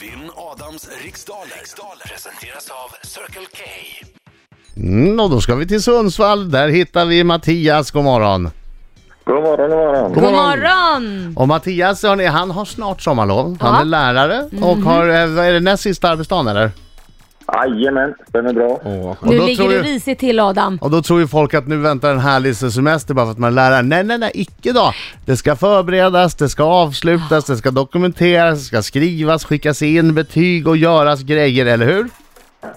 Vinn Adams riksdaler. riksdaler presenteras av Circle K. Mm, och då ska vi till Sundsvall. Där hittar vi Mattias. God morgon. God morgon, god morgon. God God morgon. morgon! Och Mattias, hörni, han har snart sommarlov. Han Ja. är lärare och har, eh, vad är det näst sista arbetsdagen eller? Jajamän, stämmer bra. Och Nu då ligger tror du jag- risigt till Adam. Och då tror ju folk att nu väntar en härlig semester bara för att man är lärare. Nej, nej, nej, icke då! Det ska förberedas, det ska avslutas, det ska dokumenteras, det ska skrivas, skickas in betyg och göras grejer, eller hur?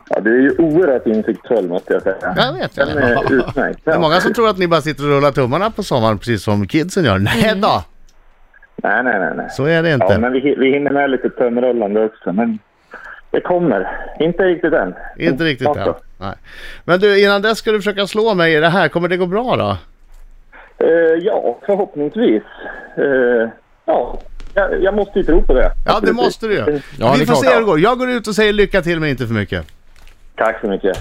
Ja, du är ju oerhört insiktuell måste jag säga. Jag vet Den det. är utmärkt. Det är många som tror att ni bara sitter och rullar tummarna på sommaren precis som kidsen gör. Nej då, Nej, nej, nej. nej. så är det Mm. Ja, inte. men vi, vi hinner med lite tömrullande också, men det kommer. Inte riktigt än. Inte riktigt Snart än. då. Nej. Men du, innan dess ska du försöka slå mig i det här. Kommer det gå bra då? Eh, ja, förhoppningsvis. Eh, ja, jag, jag måste ju tro på det. Ja, det Absolut. måste du ju. Ja, det Vi är får klart. se hur det går. Jag går ut och säger lycka till, men inte för mycket. Tack så mycket.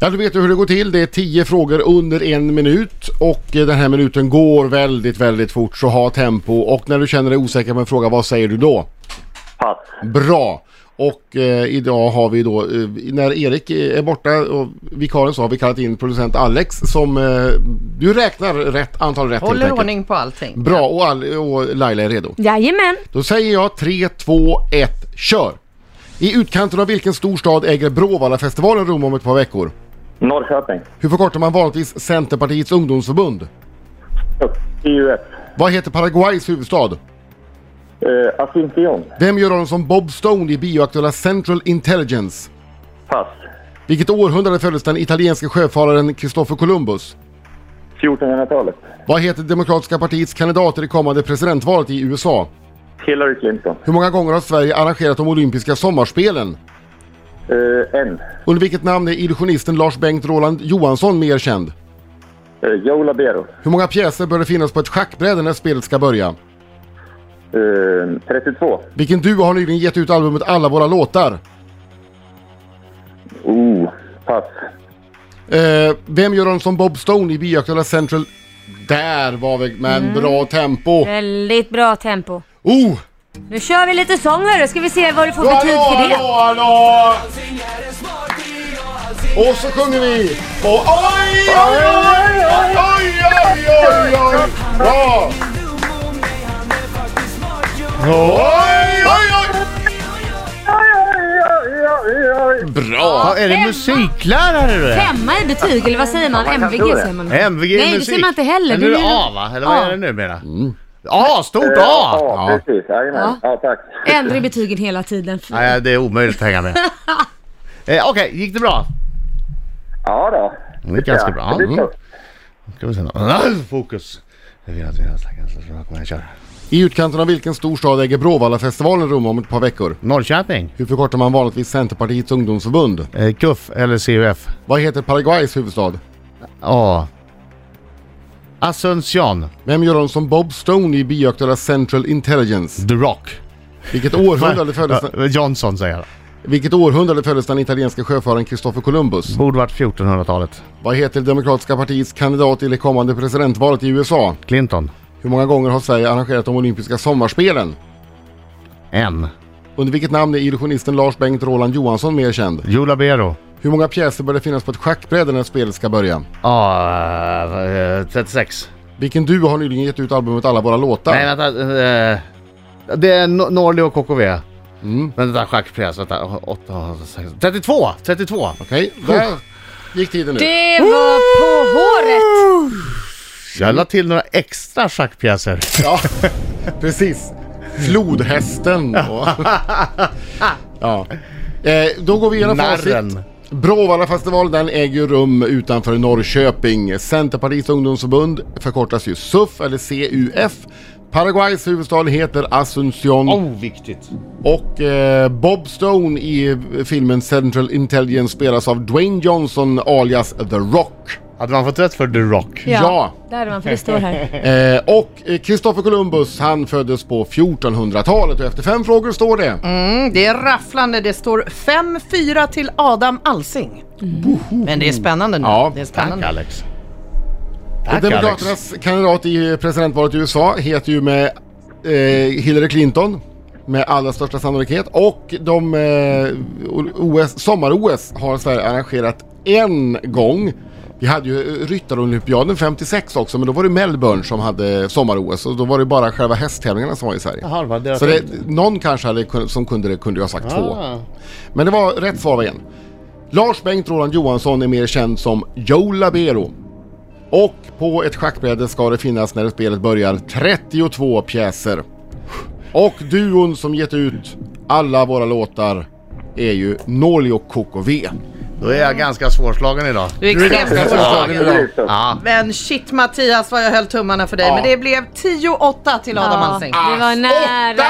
Ja, du vet ju hur det går till. Det är tio frågor under en minut och eh, den här minuten går väldigt, väldigt fort. Så ha tempo och när du känner dig osäker på en fråga, vad säger du då? Pass. Bra! Och eh, idag har vi då, eh, när Erik eh, är borta och vikarien så har vi kallat in producent Alex som eh, du räknar rätt antal rätt helt Håller enkelt. ordning på allting. Bra och, Al- och Laila är redo. Jajamän! Då säger jag 3, 2, 1, kör! I utkanten av vilken storstad äger Bråvallafestivalen rum om ett par veckor? Norrköping. Hur förkortar man vanligtvis Centerpartiets ungdomsförbund? Upp. E IUF. Vad heter Paraguays huvudstad? Eh, Asunción. Vem gör rollen som Bob Stone i bioaktuella Central Intelligence? Pass. Vilket århundrade föddes den italienske sjöfararen Christopher Columbus? 1400-talet. Vad heter Demokratiska partiets kandidater i kommande presidentvalet i USA? Hillary Clinton. Hur många gånger har Sverige arrangerat de olympiska sommarspelen? Eh, en. Under vilket namn är illusionisten Lars Bengt Roland Johansson mer känd? Eh, Joe Labero. Hur många pjäser bör det finnas på ett schackbräde när spelet ska börja? Eh, 32. Vilken duo har nyligen gett ut albumet Alla våra låtar? Oh, pass. Eh, vem gör rollen som Bob Stone i bioaktuella Central... Där var vi med Mm. en bra tempo! Eh, Väldigt bra tempo. Oh! Nu kör vi lite sång då, ska vi se vad du får betyg Hallå, för det. hallå, hallå! Och så sjunger vi! Och oj, oj, oj, oj, oj, oj, oj, oj! Bra! Oj, oj, oj! Bra! Ja, är det musiklärare du är? Femma i betyg, eller vad säger man? kan MVG tro det. säger man. MVG i Nej, det musik. säger man inte heller. Men nu är det ju- A va? Eller vad Ja. är det nu mera? A, stort Ja, A! Ja. precis. Jajamän. Ja, tack. Ändrar i betygen hela tiden. Nej, det är omöjligt att hänga med. eh, Okej, gick det bra? Ja då. Det är ganska bra. Ja, det är Mm. klart. Ska vi se nu. Fokus! Det finns mina slackar, så jag kommer jag köra. I utkanten av vilken storstad äger Bråvallafestivalen rum om ett par veckor? Norrköping, Hur förkortar man vanligtvis Centerpartiets ungdomsförbund? eh, KUF eller CUF? Vad heter Paraguays huvudstad? A. Asunción, Vem gör rollen som Bob Stone i bioaktuella Central Intelligence? The Rock. Vilket århundrade föddes den... Eh, Johnson säger jag. Vilket århundrade föddes den italienska sjöfararen Christopher Columbus? Borde varit 1400-talet. Vad heter det Demokratiska partiets kandidat till det kommande presidentvalet i USA? Clinton. Hur många gånger har Sverige arrangerat de olympiska sommarspelen? N. Under vilket namn är illusionisten Lars Bengt Roland Johansson mer känd? Joe Labero. Hur många pjäser bör det finnas på ett schackbräde när spelet ska börja? A. eh, 36. Vilken duo har nyligen gett ut albumet Alla våra låtar? Nej vänta. eh, det är no- Norli och KKV. Mm. Vänta, schackpjäs. Vänta. 8, 6, 32! 32! Okej, där gick tiden ut. Det var på håret! Jag la till några extra schackpjäser. Ja, precis. Flodhästen och... ja. Eh, då går vi igenom facit. Narren. Bråvallafestivalen den äger ju rum utanför Norrköping. Centerpartiets ungdomsförbund förkortas ju SUF eller CUF. Paraguays huvudstad heter Asunción Oh, viktigt. och eh, Bob Stone i filmen Central Intelligence spelas av Dwayne Johnson alias The Rock. Hade man fått rätt för The Rock? Ja. Där är man, för det står här. Eh, och eh, Christopher Columbus han föddes på 1400-talet och efter fem frågor står det. Mm, det är rafflande. Det står 5-4 till Adam Alsing. Men det är spännande nu. Ja, det är Tack spännande. Alex. Tack Alex. Demokraternas kandidat i presidentvalet i USA heter ju med eh, Hillary Clinton. med allra största sannolikhet. Och de eh, O- OS, sommar-OS har Sverige arrangerat en gång. Vi hade ju eh, Ryttarolympiaden 56 också, men då var det Melbourne som hade sommar-OS och då var det bara själva hästtävlingarna som var i Sverige. Jaha, det var deras Så det, häst. någon kanske hade, kun- som kunde det kunde ju ha sagt två. Ah. Men det var rätt svar var igen. Lars Bengt Roland Johansson är mer känd som Joe Labero. Och på ett schackbräde ska det finnas när spelet börjar 32 pjäser. Och duon som gett ut alla våra låtar är ju Norli och KKV. Då är jag ganska svårslagen idag. Du är extremt svårslagen. svårslagen. Ja. Precis. Ja. Men shit Mattias vad jag höll tummarna för dig. Ja. Ah. Men det blev 10-8 till Adam Ja. Alsing. Det var nära.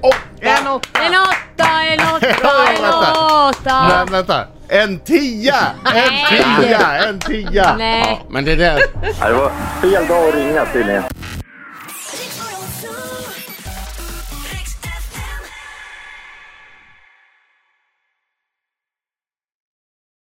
Åtta! En åtta! En åtta. En åtta, en åtta, en Vänta. åtta! Men vänta. En tia! En tia! En tia! Nej. Men det där... Ja, det var fel dag att ringa tydligen.